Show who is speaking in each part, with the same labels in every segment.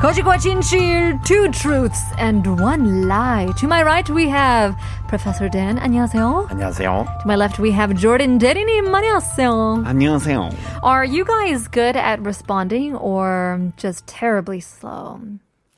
Speaker 1: Kojikwa Chinchil, two truths and one lie. To my right, we have Professor Dan, 안녕하세요.
Speaker 2: 안녕하세요.
Speaker 1: To my left, we have Jordan 대리님, 안녕하세요.
Speaker 2: 안녕하세요.
Speaker 1: Are you guys good at responding or just terribly slow?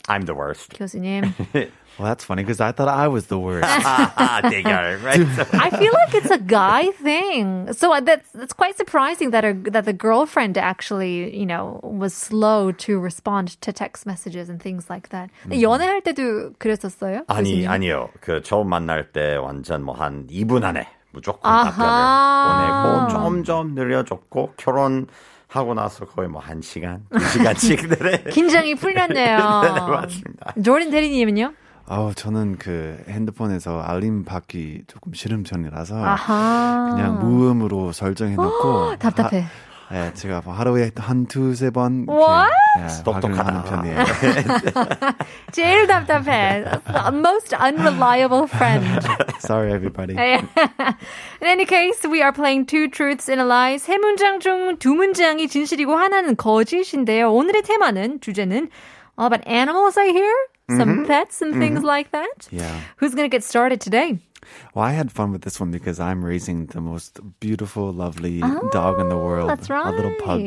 Speaker 2: I'm the worst.
Speaker 1: 교수님.
Speaker 3: Well, that's funny because I thought I was the worst.
Speaker 2: Ah, digger, right?
Speaker 1: I feel like it's a guy thing. So uh, that's, that's quite surprising that, her, that the girlfriend actually, you know, was slow to respond to text messages and things like that. 연애할 때도 그랬었어요?
Speaker 2: Mm. 아니,
Speaker 1: 교수님?
Speaker 2: 아니요. 그 처음 만날 때 완전 뭐 한 2분 안에 무조건
Speaker 1: 아하.
Speaker 2: 답변을 보내고 점점 늘려줬고 결혼하고 나서 거의 뭐 한 시간, 두 시간씩 늘에
Speaker 1: 긴장이 풀렸네요.
Speaker 2: 맞습니다.
Speaker 1: 조린 대리님은요?
Speaker 3: 아우 저는 그 핸드폰에서 알림 받기 조금 싫음편이라서
Speaker 1: 아하. 어,
Speaker 3: 그냥 무음으로 설정해놓고
Speaker 1: 답답해.
Speaker 2: 아.
Speaker 3: 하, 예, 제가 뭐 하루에 한두세번
Speaker 1: What?
Speaker 2: 똑똑하다.
Speaker 3: 하는 편이에요.
Speaker 1: 제일 답답해. Most unreliable friend.
Speaker 3: Sorry, everybody.
Speaker 1: 예. In any case, we are playing two truths and a lie. 세 문장 중 두 문장이 진실이고 하나는 거짓인데요. 오늘의 테마는 주제는 all about animals I hear,
Speaker 2: 음.
Speaker 1: some pets and things like that.
Speaker 2: 예.
Speaker 3: Yeah.
Speaker 1: Who's gonna get started today?
Speaker 3: Well, I had fun with this one because I'm raising the most beautiful, lovely dog in the
Speaker 2: 어,
Speaker 3: world.
Speaker 1: Ah, That's right.
Speaker 3: A little pug.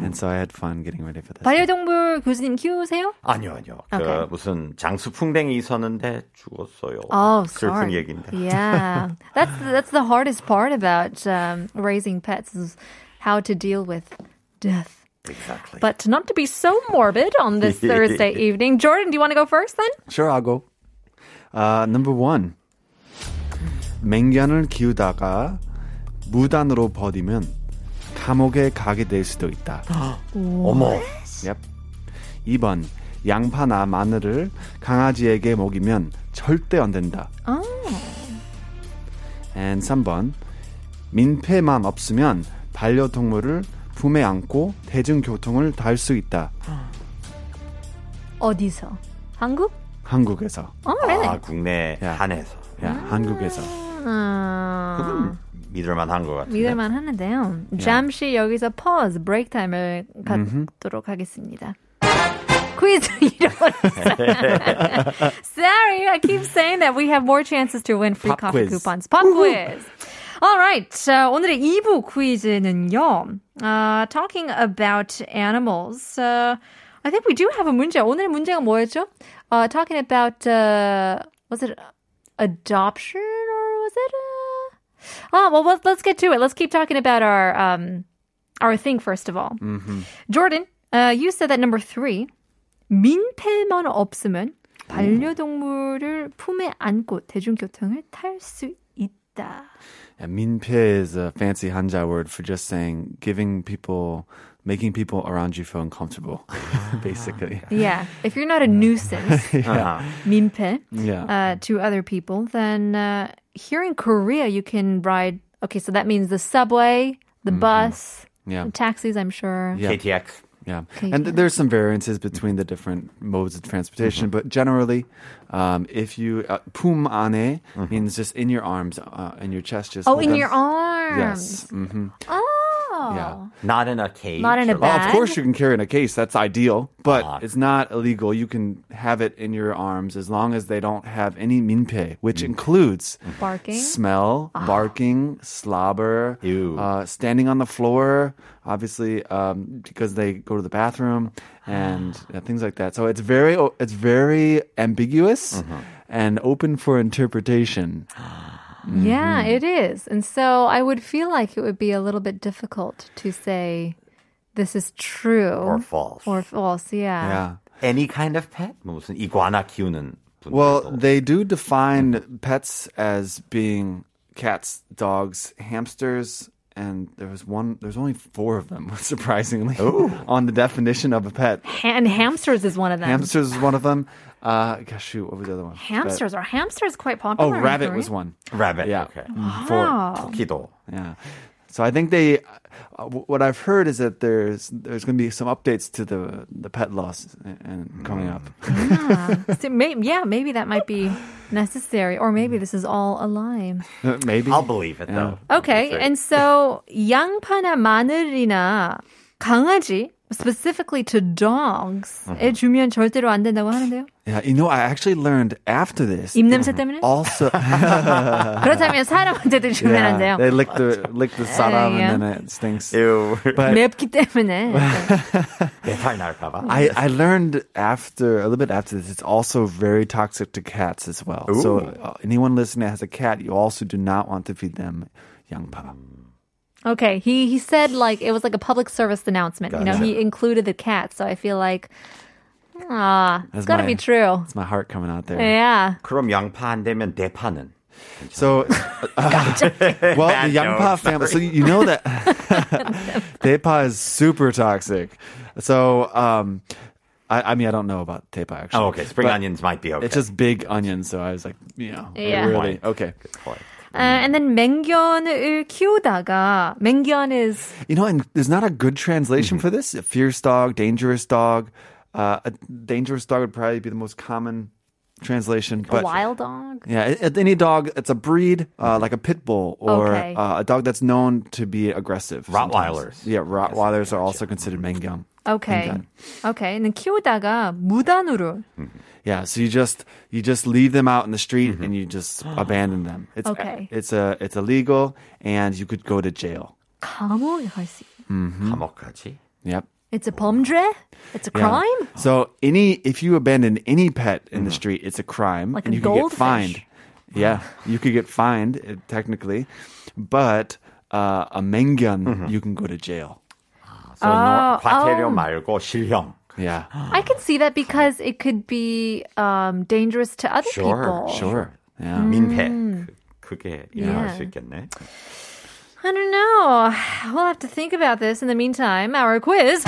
Speaker 3: And so I had fun getting ready for this.
Speaker 1: 반려동물 교수님 키우세요?
Speaker 2: 아니요, 아니요.
Speaker 1: Okay.
Speaker 2: 그 무슨 장수풍뎅이 있었는데 죽었어요.
Speaker 1: Oh,
Speaker 2: 슬픈
Speaker 1: sorry.
Speaker 2: 얘기인데.
Speaker 1: Yeah, that's that's the hardest part about um, raising pets is how to deal with death.
Speaker 2: Exactly.
Speaker 1: But not to be so morbid on this Thursday evening. Jordan, do you want to go first then?
Speaker 3: Sure, I'll go. Uh, number one. 맹견을 키우다가 무단으로 버리면 감옥에 가게 될 수도 있다.
Speaker 1: 뭐,
Speaker 2: 어머,
Speaker 3: yep. 2번. 양파나 마늘을 강아지에게 먹이면 절대 안 된다.
Speaker 1: Oh,
Speaker 3: And 3번. 민폐만 없으면 반려동물을 품에 안고 대중교통을 탈 수 있다.
Speaker 1: 어디서? 한국?
Speaker 3: 한국에서.
Speaker 1: Oh, really?
Speaker 2: 아, 국내
Speaker 3: 야.
Speaker 2: 한에서
Speaker 3: 야, 한국에서.
Speaker 1: 음,
Speaker 2: 믿을만 한 것 같아요.
Speaker 1: 믿을만 하는데요. 잠시 여기서 pause, break time을
Speaker 2: Mm-hmm.
Speaker 1: 갖도록 하겠습니다. 퀴즈 잃어버렸어요. Sorry, I keep saying that we have more chances to win free
Speaker 3: Pop
Speaker 1: coffee
Speaker 3: quiz.
Speaker 1: coupons. Pop quiz. Alright, 자, 오늘의 2부 퀴즈는요. Uh, talking about animals. Uh, I think we do have a 문제. 오늘의 문제가 뭐였죠? Uh, talking about, uh, was it adoption or was it? Uh, Oh, well, let's, let's get to it. Let's keep talking about our um, our thing first of all.
Speaker 3: Mm-hmm.
Speaker 1: Jordan, uh, you said that number three, 민폐만 없으면 반려동물을 품에 안고 대중교통을 탈 수 있다.
Speaker 3: And minpe is a fancy Hanja word for just saying giving people, making people around you feel uncomfortable, basically.
Speaker 1: Yeah, if you're not a nuisance,
Speaker 2: 아하.
Speaker 1: 민폐,
Speaker 3: Yeah.
Speaker 1: uh, to other people, then uh, here in Korea you can ride. Okay, so that means the subway, the bus,
Speaker 3: Mm-hmm. Yeah.
Speaker 1: taxis. I'm sure.
Speaker 3: Yeah.
Speaker 2: KTX.
Speaker 3: Yeah. And th- there's some variances between the different modes of transportation, but generally, um, if you, uh, pum ane means just in your arms, uh, in your chest, just.
Speaker 1: Oh,
Speaker 3: with
Speaker 1: in
Speaker 3: them.
Speaker 1: your arms.
Speaker 3: Yes. Mm-hmm.
Speaker 1: Oh.
Speaker 3: Yeah.
Speaker 2: Not in a cage.
Speaker 1: Not in a
Speaker 2: or
Speaker 1: bag.
Speaker 3: Well, of course you can carry in a case. That's ideal, but
Speaker 2: Ah.
Speaker 3: it's not illegal. You can have it in your arms as long as they don't have any minpe, which includes
Speaker 1: Barking.
Speaker 3: smell, barking, slobber,
Speaker 2: Ew.
Speaker 3: Uh, standing on the floor, obviously um, because they go to the bathroom and uh, things like that. So it's very o- it's very ambiguous and open for interpretation.
Speaker 1: Yeah,
Speaker 3: Mm-hmm.
Speaker 1: it is. And so I would feel like it would be a little bit difficult to say this is true
Speaker 2: Or false.
Speaker 1: Or false, yeah.
Speaker 3: Yeah.
Speaker 2: Any kind of pet? 뭐 무슨 이구아나 키우는 분들도.
Speaker 3: Well, they do define pets as being cats, dogs, hamsters, and there was one. There's only four of them, surprisingly, on the definition of a pet.
Speaker 1: And hamsters is one of them.
Speaker 3: Hamsters is one of them. Uh, gosh, shoot, what was the other one?
Speaker 1: hamsters are hamsters quite
Speaker 3: Oh,
Speaker 1: popular. in
Speaker 3: rabbit
Speaker 1: Korea?
Speaker 3: was one.
Speaker 2: rabbit.
Speaker 1: 아.
Speaker 3: Yeah.
Speaker 2: Okay.
Speaker 3: Mm, Four.
Speaker 1: Oh.
Speaker 2: 토끼도.
Speaker 3: Yeah. So I think they, uh, w- what I've heard is that there's there's going to be some updates to the the pet laws and, and coming up.
Speaker 1: So may- yeah, maybe that might be necessary, or
Speaker 3: Mm.
Speaker 1: maybe this is all a lie.
Speaker 3: Maybe
Speaker 2: I'll believe it though.
Speaker 1: Okay, and so 양파나 마늘이나 강아지, specifically to
Speaker 3: Uh-huh.
Speaker 1: dogs에 주면 절대로 안 된다고 하는데요.
Speaker 3: Yeah, you know, I actually learned after this.
Speaker 1: 입냄새 때문에?
Speaker 3: Also,
Speaker 1: 그렇다면 사람한테도 주면 안 돼요.
Speaker 3: yeah, they lick the lick the salam
Speaker 1: yeah.
Speaker 3: and then it stinks.
Speaker 2: Ew.
Speaker 3: But
Speaker 1: 맵기 때문에.
Speaker 2: 배탈 날까봐.
Speaker 3: I, I learned after a little bit after this, it's also very toxic to cats as well. So
Speaker 2: Ooh.
Speaker 3: uh, anyone listening that has a cat, you also do not want to feed them yangpa.
Speaker 1: Okay, he he said like it was like a public service announcement. You know,
Speaker 3: Gotcha.
Speaker 1: he included the cat, so I feel like ah, it's
Speaker 3: That's
Speaker 1: got to
Speaker 3: my-
Speaker 1: be true.
Speaker 3: It's my heart coming out there.
Speaker 1: Yeah.
Speaker 2: 그럼 양파 안 되면 대파는
Speaker 3: So, uh, well,
Speaker 2: Bad
Speaker 3: the Yangpa
Speaker 2: joke,
Speaker 3: family. So you know that Tepa is super toxic. So, um, I, I mean, I don't know about Tepa actually.
Speaker 2: Oh, okay. Spring
Speaker 3: But
Speaker 2: onions might be okay.
Speaker 3: It's just big onions, so I was like, you know,
Speaker 1: Yeah.
Speaker 3: really
Speaker 2: Point.
Speaker 3: okay.
Speaker 2: Good point.
Speaker 1: Uh, and then 맹견을 키우다가 맹견 is
Speaker 3: You know, and there's not a good translation for this. A fierce dog, dangerous dog. Uh, a dangerous dog would probably be the most common translation.
Speaker 1: a
Speaker 3: But
Speaker 1: wild dog.
Speaker 3: yeah, it- it- any dog, it's a breed uh, like a pit bull or
Speaker 1: Okay.
Speaker 3: uh, a dog that's known to be aggressive. sometimes.
Speaker 2: Rottweilers.
Speaker 3: Yeah, Rottweilers are also considered mengyang.
Speaker 1: Okay.
Speaker 3: 맹견.
Speaker 1: Okay. And then 키우다가 무단으로.
Speaker 3: Yeah, so you just you just leave them out in the street and you just abandon them. It's
Speaker 1: Okay.
Speaker 3: it's a it's illegal and you could go to jail.
Speaker 1: 감옥에 갈수 있-
Speaker 3: Hmm?
Speaker 2: 감옥까지.
Speaker 3: Yep.
Speaker 1: It's a 범죄? It's a
Speaker 3: Yeah.
Speaker 1: crime?
Speaker 3: So any if you abandon any pet in the street, it's a crime,
Speaker 1: Like
Speaker 3: and
Speaker 1: a
Speaker 3: you could get
Speaker 1: goldfish.
Speaker 3: fined. Yeah, you could get fined uh, technically, but uh, a mengun you can go to jail.
Speaker 2: So no,
Speaker 1: 아,
Speaker 2: 과태료
Speaker 1: 아우.
Speaker 2: 말고 실형.
Speaker 3: Yeah,
Speaker 1: I can see that because it could be um, dangerous to other
Speaker 2: Sure,
Speaker 1: people.
Speaker 3: sure. Yeah.
Speaker 1: Mm.
Speaker 2: 민폐. 그, 그게
Speaker 1: 음. Yeah.
Speaker 2: 일어날 수 있겠네.
Speaker 1: I don't know. We'll have to think about this. In the meantime, our quiz.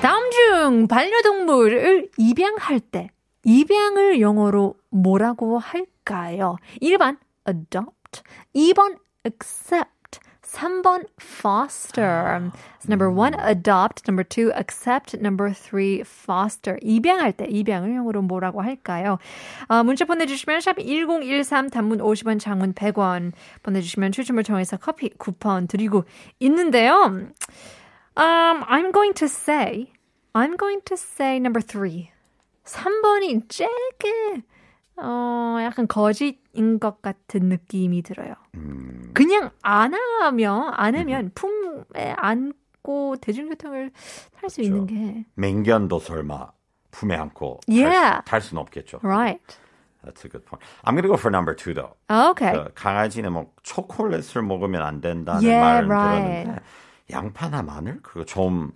Speaker 1: 다음 중 반려동물을 입양할 때 입양을 영어로 뭐라고 할까요? 1번 adopt, 2번 accept, 3번 foster. So number 1 adopt, number 2 accept, number 3 foster. 입양할 때 입양을 영어로 뭐라고 할까요? 아, 문자 보내주시면 샵 1013 단문 50원 장문 100원 보내주시면 추첨을 통해서 커피 쿠폰 드리고 있는데요. Um, I'm going to say, I'm going to say number three. 3번이 쬐게, 어, 약간 거짓인 것 같은 느낌이 들어요. 그냥 안 하면, 안 하면 품에 안고 대중교통을 탈 수 있는 게.
Speaker 2: 맹견도 설마 품에 안고
Speaker 1: Yeah.
Speaker 2: 탈, 수, 탈 수는 없겠죠.
Speaker 1: Right.
Speaker 2: That's a good point. I'm going to go for number two, though.
Speaker 1: Okay.
Speaker 2: 그 강아지는 뭐 초콜릿을 먹으면 안 된다는
Speaker 1: Yeah,
Speaker 2: 말은
Speaker 1: right.
Speaker 2: 들었는데 양파나 마늘 그거 처음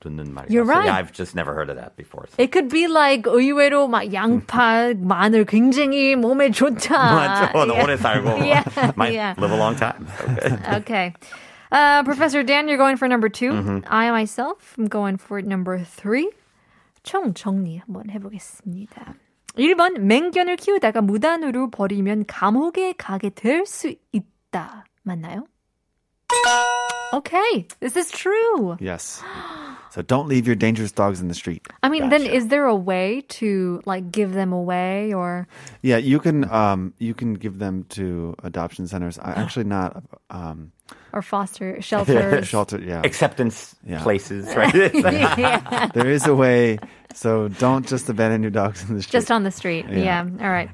Speaker 2: 듣는 말이라서
Speaker 1: You're right.
Speaker 2: yeah, I've just never heard of that before. So.
Speaker 1: It could be like 의외로 막 양파, 마늘 굉장히 몸에 좋다.
Speaker 2: 맞죠?
Speaker 1: Yeah.
Speaker 2: 오래 살고
Speaker 1: Yeah,
Speaker 2: might
Speaker 1: yeah.
Speaker 2: live a long time. Okay.
Speaker 1: okay. Uh, Professor Dan, you're going for number 2 I myself am going for number three. 총 정리 한번 해보겠습니다. 1번 맹견을 키우다가 무단으로 버리면 감옥에 가게 될 수 있다. 맞나요? Okay, this is true.
Speaker 3: Yes. So don't leave your dangerous dogs in the street.
Speaker 1: I mean, then is there a way to like give them away or
Speaker 3: Yeah, you can um, you can give them to adoption centers. I actually not um,
Speaker 1: or foster shelters?
Speaker 3: shelter. Yeah,
Speaker 2: Acceptance
Speaker 3: Yeah.
Speaker 2: places, right?
Speaker 1: yeah.
Speaker 3: there is a way. So don't just abandon your dogs in the street.
Speaker 1: Just on the street. Yeah.
Speaker 3: Yeah.
Speaker 1: All right.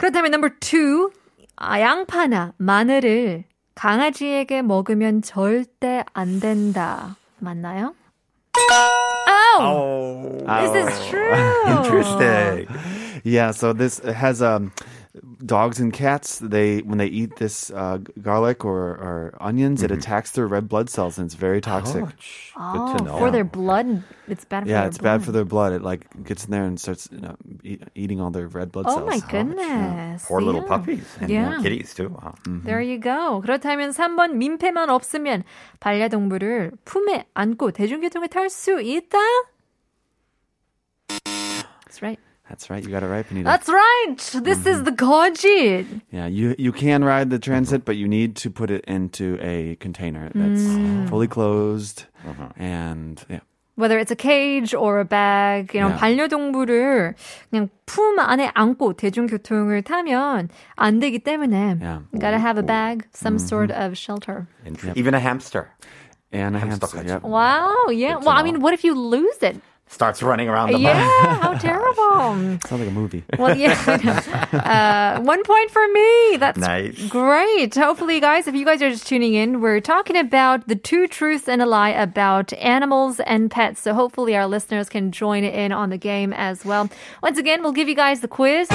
Speaker 1: 그렇다면 number two, 아, 양파나 마늘을 강아지에게 먹으면 절대 안 된다. 맞나요? Oh,
Speaker 2: oh,
Speaker 1: this is true.
Speaker 2: interesting.
Speaker 3: Yeah, so this it has um, dogs and cats. They when they eat this uh, g- garlic or, or onions,
Speaker 1: Mm-hmm.
Speaker 3: it attacks their red blood cells and it's very toxic.
Speaker 1: Oh,
Speaker 2: Good to know.
Speaker 1: for their blood, it's bad. for
Speaker 3: Yeah,
Speaker 1: their
Speaker 3: it's bad
Speaker 1: blood.
Speaker 3: for their blood. It like gets in there and starts you know, eat, eating all their red blood
Speaker 1: Oh
Speaker 3: cells.
Speaker 1: my goodness.
Speaker 2: Poor little
Speaker 1: Yeah.
Speaker 2: puppies and
Speaker 1: Yeah.
Speaker 2: kitties too. Wow.
Speaker 1: There you go. 그렇다면 3번 민폐만 없으면 반려동물을 품에 안고 대중교통에 탈 수 있다. That's right.
Speaker 3: That's right. You got it right, Benita.
Speaker 1: That's right. This
Speaker 3: Mm-hmm.
Speaker 1: is the gojit.
Speaker 3: yeah, you you can ride
Speaker 1: Mm-hmm.
Speaker 3: the transit, but you need to put it into a container that's
Speaker 1: Mm.
Speaker 3: fully closed
Speaker 1: Mm-hmm.
Speaker 3: and yeah.
Speaker 1: Whether it's a cage or a bag, 이런
Speaker 3: Yeah.
Speaker 1: 반려동물을 그냥 품 안에 안고 대중교통을 타면 안 되기 때문에
Speaker 3: Yeah. Mm-hmm.
Speaker 1: you gotta have a bag, some sort of shelter.
Speaker 2: And Even a hamster
Speaker 3: And a
Speaker 2: Hamster
Speaker 3: hamster. Yep.
Speaker 1: Wow, yeah.
Speaker 2: Good to
Speaker 1: well, I
Speaker 2: know.
Speaker 1: mean, what if you lose it?
Speaker 2: starts running around the
Speaker 1: Yeah,
Speaker 2: barn.
Speaker 1: how terrible.
Speaker 3: Sounds like a movie.
Speaker 1: Well, yeah. uh, one point for me. That's
Speaker 2: Nice.
Speaker 1: great. Hopefully, guys, if you guys are just tuning in, we're talking about the two truths and a lie about animals and pets. So hopefully, our listeners can join in on the game as well. Once again, we'll give you guys the quiz.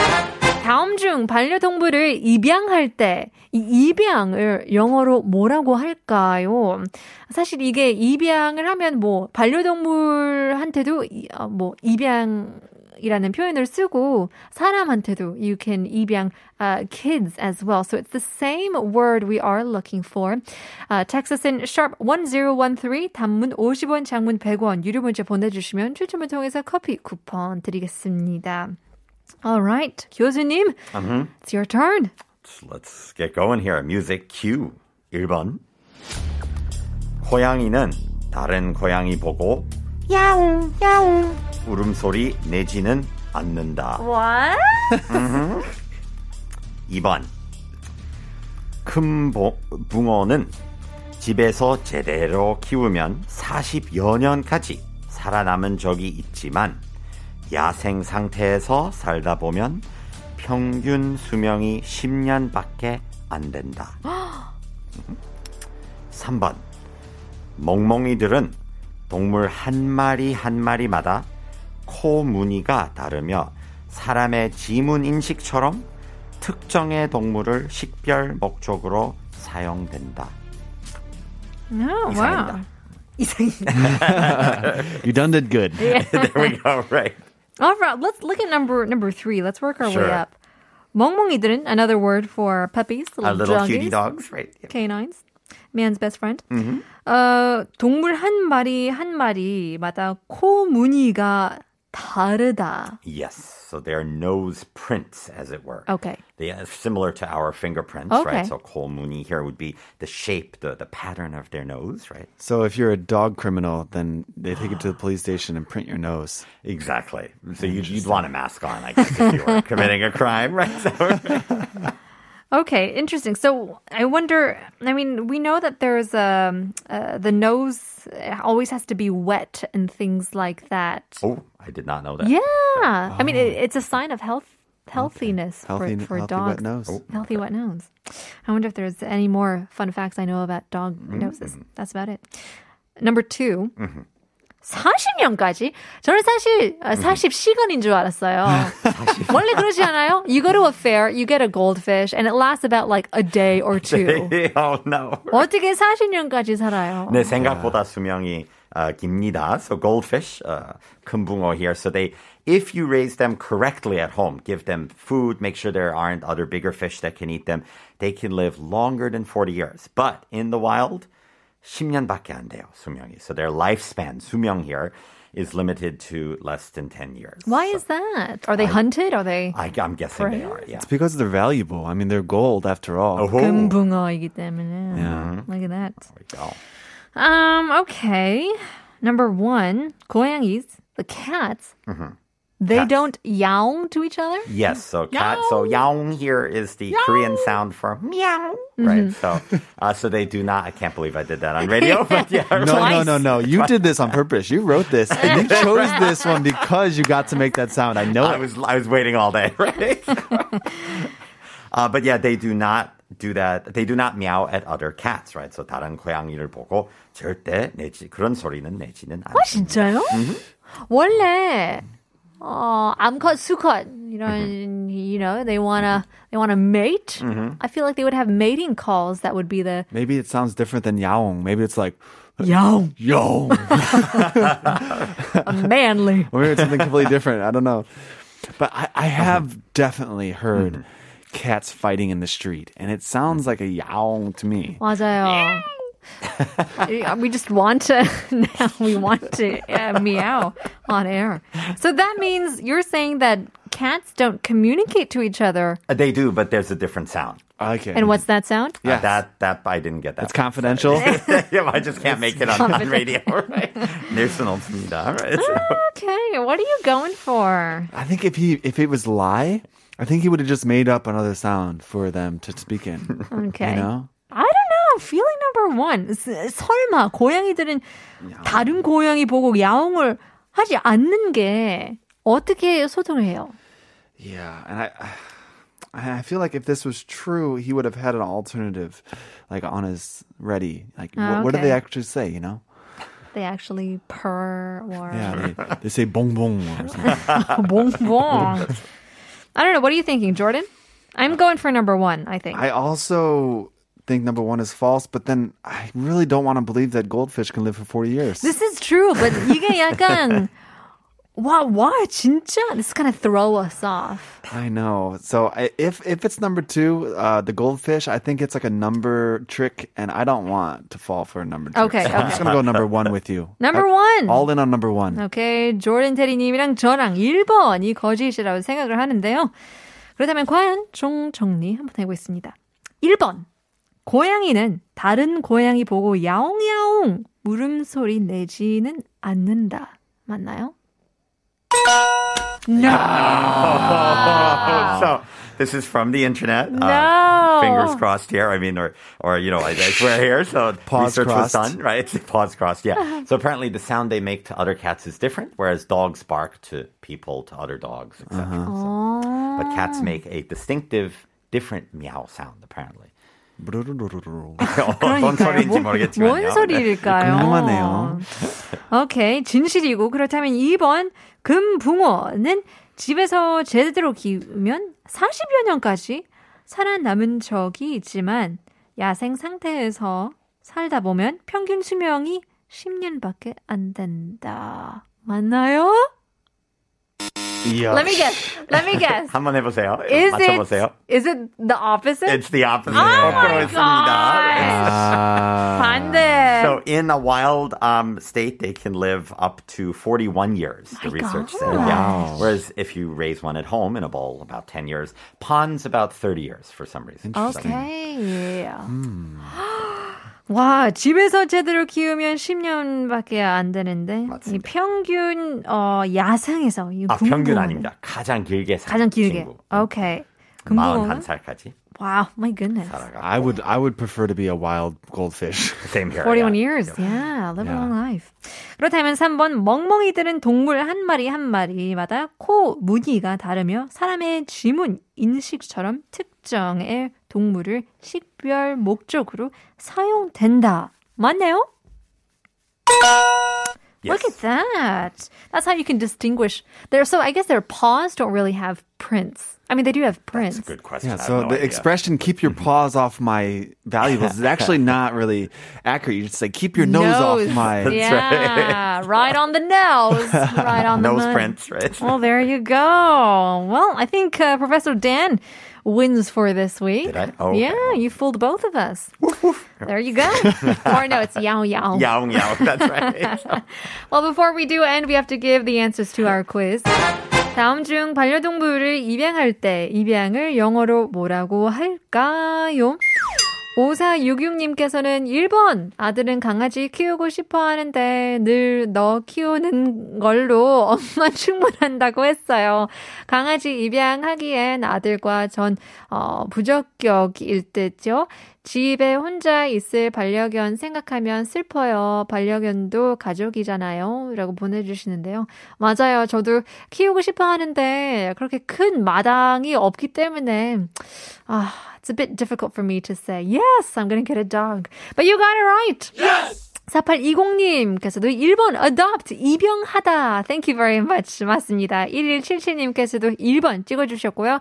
Speaker 1: 다음 중 반려동물을 입양할 때, 이 입양을 영어로 뭐라고 할까요? 사실 이게 입양을 하면 뭐, 반려동물한테도 이- 어, 뭐, 입양, 이라는 표현을 쓰고 사람한테도 you can 입양 uh, kids as well. So it's the same word we are looking for. Uh, Texas in sharp 1013 단문 50원 장문 100원 유료 문자 보내주시면 추첨을 통해서 커피 쿠폰 드리겠습니다. Alright, 교수님, it's your turn.
Speaker 2: Let's get going here. Music cue. 1번. 고양이는 다른 고양이 보고
Speaker 4: 야옹, 야옹.
Speaker 2: 울음소리 내지는 않는다. 음.
Speaker 1: What?
Speaker 2: 2번. 큰 보- 붕어는 집에서 제대로 키우면 40여 년까지 살아남은 적이 있지만 야생 상태에서 살다 보면 평균 수명이 10년밖에 안 된다. 3번. 멍멍이들은 동물 한 마리 한 마리마다 코 무늬가 다르며 사람의 지문 인식처럼 특정의 동물을 식별 목적으로 사용된다.
Speaker 1: No, wow.
Speaker 2: 이상입니다.
Speaker 3: You done did good.
Speaker 2: There we go. Right.
Speaker 1: All right, let's look at number number three. Let's work our way
Speaker 2: Sure.
Speaker 1: up. 멍멍이들은 another word for puppies, little,
Speaker 2: Our little
Speaker 1: doggies.
Speaker 2: cutie dogs. Right. Yeah.
Speaker 1: canines, man's best friend. 어, 동물 한 마리 한 마리마다 코 무늬가 다르다.
Speaker 2: Yes. So they are nose prints, as it were.
Speaker 1: Okay.
Speaker 2: They are similar to our fingerprints,
Speaker 1: Okay.
Speaker 2: right? So kolmuni here would be the shape, the, the pattern of their nose, right?
Speaker 3: So if you're a dog criminal, then they take it to the police station and print your nose.
Speaker 2: Exactly. So you'd, you'd want a mask on, I guess, if you were committing a crime, right? So,
Speaker 1: Okay, interesting. So I wonder. I mean, we know that there's um uh, the nose always has to be wet and things like that.
Speaker 2: oh, I did not know that.
Speaker 1: Yeah, I mean it, it's a sign of health healthiness
Speaker 3: Ah. Healthy,
Speaker 1: for, for
Speaker 3: healthy
Speaker 1: dogs.
Speaker 3: wet nose.
Speaker 1: Healthy wet nose. I wonder if there's any more fun facts I know about dog
Speaker 3: Mm-hmm.
Speaker 1: noses. That's about it. Number two. 40년까지? 저는 사실
Speaker 3: Mm-hmm.
Speaker 1: 어, 40시간인 줄 알았어요. 원래 그러지 않아요? You go to a fair, you get a goldfish, and it lasts about like a day or two.
Speaker 2: oh, no.
Speaker 1: 어떻게 40년까지 살아요?
Speaker 2: 네, 생각보다 수명이 어, 깁니다. So goldfish, uh, 큰 붕어 here. So they, if you raise them correctly at home, give them food, make sure there aren't other bigger fish that can eat them, they can live longer than 40 years. But in the wild, 10년밖에 안 돼요, 수명이. So their lifespan, 수명 here, is limited to less than 10 years.
Speaker 1: Why is that? Are they hunted? Are they
Speaker 2: I, I'm guessing they are, yeah.
Speaker 3: It's because they're valuable. I mean, they're gold after all.
Speaker 2: Oh, there
Speaker 1: 금붕어이기 때문에? Look at that.
Speaker 2: we go.
Speaker 1: Um, okay. Number one, goyangis, the cats, they
Speaker 2: Cats.
Speaker 1: don't yaong to each other.
Speaker 2: Yes, so cat. So yaong here is the Korean sound for meow, right? So, uh, so they do not. I can't believe I did that on radio, but yeah,
Speaker 3: No,
Speaker 2: right.
Speaker 3: no, no, no. You did this on purpose. You wrote this. And you chose this one because you got to make that sound. I know
Speaker 2: I
Speaker 3: it.
Speaker 2: was I was waiting all day, right? uh, but yeah, they do not do that. They do not meow at other cats, right? So 다른 고양이를 보고 절대 내지 그런 소리는 내지는 않아.
Speaker 1: 진짜요? 원래 어, 암컷, 수컷 이런 you know they wanna they wanna mate. I feel like they would have mating calls that would be the
Speaker 3: Maybe it sounds different than yaong. Maybe it's like
Speaker 1: yaong,
Speaker 3: yo.
Speaker 1: manly.
Speaker 3: or maybe it's something completely different. I don't know. But I, I have definitely heard cats fighting in the street, and it sounds like a yaong to me.
Speaker 1: 맞아요. we just want to now we want to uh, meow on air. So that means you're saying that cats don't communicate to each other.
Speaker 2: Uh, They do, but there's a different sound.
Speaker 3: Okay.
Speaker 1: And what's that sound?
Speaker 2: Uh,
Speaker 3: Yes.
Speaker 2: that that I didn't get that.
Speaker 3: It's confidential.
Speaker 2: yeah, I just can't make it on, on radio. Right? 닐슨 없습니다. All right. So-
Speaker 1: Okay, what are you going for?
Speaker 3: I think if he if it was lie, I think he would have just made up another sound for them to speak in.
Speaker 1: Okay.
Speaker 3: You know?
Speaker 1: I don't know. Feeling number one. 스- 설마 고양이들은 다른 고양이 보고 야옹을 하지 않는 게 어떻게 소통해요?
Speaker 3: Yeah, and I. I I feel like if this was true, he would have had an alternative, like on his ready. Like,
Speaker 1: Ah,
Speaker 3: what, what do
Speaker 1: okay.
Speaker 3: they actually say? You know?
Speaker 1: They actually purr or
Speaker 3: Yeah, they, they say bong bong or something. 뭐,
Speaker 1: bonbon. I don't know. What are you thinking, Jordan? I'm going for number one. I think.
Speaker 3: I also think number one is false, but then I really don't want to believe that goldfish can live for forty years.
Speaker 1: This is true, but 이게 약간 와, 와, 진짜? This is gonna throw us off.
Speaker 3: I know. So I, if if it's number two, uh, the goldfish, I think it's like a number trick, and I don't want to fall for a number. Trick.
Speaker 1: Okay,
Speaker 3: So I'm just
Speaker 1: okay.
Speaker 3: gonna go number one with you.
Speaker 1: Number
Speaker 3: I-
Speaker 1: one.
Speaker 3: 아, All in on number one.
Speaker 1: 오케이, 조던 테리님이랑 저랑 1번이 거짓이라고 생각을 하는데요. 그렇다면 과연 총 정리 한번 해보겠습니다. 1번. 고양이는 다른 고양이 보고 야옹야옹 물음소리 내지는 않는다. 맞나요? No.
Speaker 2: so this is from the internet. Uh,
Speaker 1: Oh. No.
Speaker 2: fingers crossed here. I mean, or or you know, I, I swear here. So
Speaker 3: Paws
Speaker 2: research was
Speaker 3: crossed.
Speaker 2: done, right? Paws crossed. Yeah. so apparently, the sound they make to other cats is different, whereas dogs bark to people, to other dogs, etc.
Speaker 1: Uh-huh.
Speaker 2: So- but cats make a distinctive, different meow sound. Apparently. 뭔 소리인지 모르겠지만요. 네,
Speaker 1: 뭔 소리일까요?
Speaker 3: 궁금하네요.
Speaker 1: 오케이, 진실이고 그렇다면 2번 금붕어는 집에서 제대로 키우면 40여 년까지 살아남은 적이 있지만 야생 상태에서 살다 보면 평균 수명이 10년밖에 안 된다. 맞나요?
Speaker 3: Yeah.
Speaker 1: Let me guess. Let me guess.
Speaker 2: 한번 해보세요.
Speaker 1: Is
Speaker 2: 맞춰보세요. 네,
Speaker 1: it is it the opposite? Oh
Speaker 2: It's the opposite. 거꾸로 했습니다. 아.
Speaker 3: Ah.
Speaker 1: 반대.
Speaker 2: So in a wild um, state, they can live up to 41 years. The research said. Yeah. Whereas if you raise one at home in a bowl, about 10 years. Ponds, about 30 years for some reason.
Speaker 1: 오케이.
Speaker 2: 음.
Speaker 1: 와, 집에서 제대로 키우면 10년밖에 안 되는데 이
Speaker 2: 맞습니다.
Speaker 1: 평균 어 야생에서 이
Speaker 2: 아,
Speaker 1: 궁금하네.
Speaker 2: 평균 아닙니다. 가장 길게 산
Speaker 1: 가장 길게.
Speaker 2: 친구.
Speaker 1: 오케이. 금붕어는?
Speaker 2: 41살까지
Speaker 1: Wow, my goodness.
Speaker 3: I would I would prefer to be a wild goldfish.
Speaker 2: Same here.
Speaker 1: 41
Speaker 2: yeah.
Speaker 1: years. Yeah, live a
Speaker 3: Yeah.
Speaker 1: long life. 그렇다면 3번 멍멍이들은 동물 한 마리 한 마리마다 코 무늬가 다르며 사람의 지문 인식처럼 특정의 동물을 식별 목적으로 사용된다. 맞네요? Look at
Speaker 2: Yes.
Speaker 1: that. That's how you can distinguish. They're, so I guess their paws don't really have prints. I mean, they do have prints.
Speaker 2: Good question.
Speaker 3: Yeah.
Speaker 2: I have
Speaker 3: So
Speaker 2: no
Speaker 3: the
Speaker 2: idea. Mm-hmm.
Speaker 3: expression "keep your paws off my valuables" is actually not really accurate. You just say "keep your nose, off my."
Speaker 1: yeah, right. on the nose, right on the
Speaker 2: Nose
Speaker 1: mud.
Speaker 2: prints, right?
Speaker 1: Well, there you go. Well, I think uh, Professor Dan wins for this week.
Speaker 2: Did I? Oh, okay.
Speaker 1: yeah, you fooled both of us. there you go. or no, it's yao yao.
Speaker 2: Yaung yaung. That's right.
Speaker 1: Well, before we do end, we have to give the answers to our quiz. 다음 중 반려동물을 입양할 때 입양을 영어로 뭐라고 할까요? 5466님께서는 1번 아들은 강아지 키우고 싶어 하는데 늘 너 키우는 걸로 엄마 충분한다고 했어요. 강아지 입양하기엔 아들과 전 어, 부적격일 듯요. 집에 혼자 있을 반려견 생각하면 슬퍼요. 반려견도 가족이잖아요. 라고 보내주시는데요. 맞아요. 저도 키우고 싶어 하는데 그렇게 큰 마당이 없기 때문에 아, it's a bit difficult for me to say yes, I'm gonna get a dog. But you got it right. Yes. 4820님께서도 1번 adopt 입양하다. Thank you very much. 맞습니다. 1177님께서도 1번 찍어 주셨고요.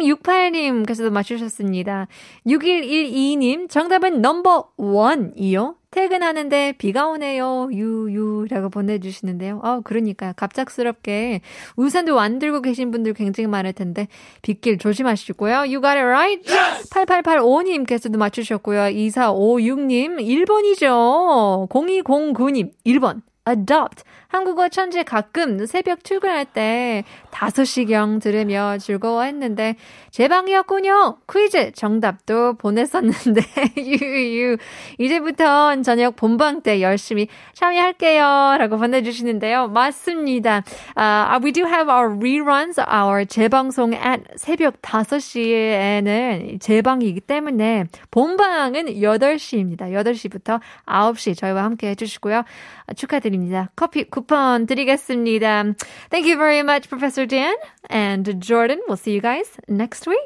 Speaker 1: 4068님께서도 맞추셨습니다. 6112님 정답은 넘버 1이요. 퇴근하는데 비가 오네요. 유유라고 보내주시는데요. 아, 그러니까 갑작스럽게 우산도 안 들고 계신 분들 굉장히 많을 텐데 빗길 조심하시고요. You got it right. 8885님께서도 맞추셨고요. 2456님 1번이죠. 0209님 1번. adopt 한국어 천재 가끔 새벽 출근할 때 5시경 들으며 즐거워했는데 제 방이었군요. 퀴즈 정답도 보냈었는데 유유 이제부턴 저녁 본방 때 열심히 참여할게요. 라고 보내주시는데요. 맞습니다. Uh, we do have our reruns, our 재방송 at 새벽 5시에는 재방이기 때문에 본방은 8시입니다. 8시부터 9시 저희와 함께 해주시고요. 아, 축하드립니다. 커피 쿠폰 드리겠습니다. Thank you very much, Professor Dan and Jordan. We'll see you guys next week.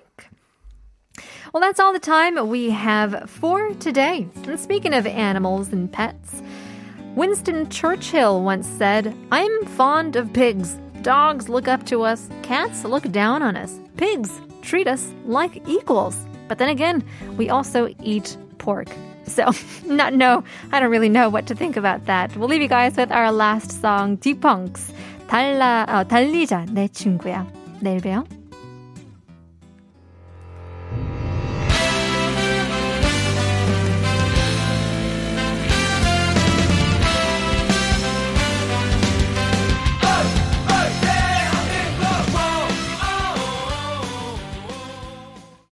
Speaker 1: Well, that's all the time we have for today. And speaking of animals and pets, Winston Churchill once said, I'm fond of pigs. Dogs look up to us, cats look down on us, pigs treat us like equals. But then again, we also eat pork. So, not no, I don't really know what to think about that. We'll leave you guys with our last song, Deepunks. 달라, 어, 달리자, 내 친구야. 내일 봬요.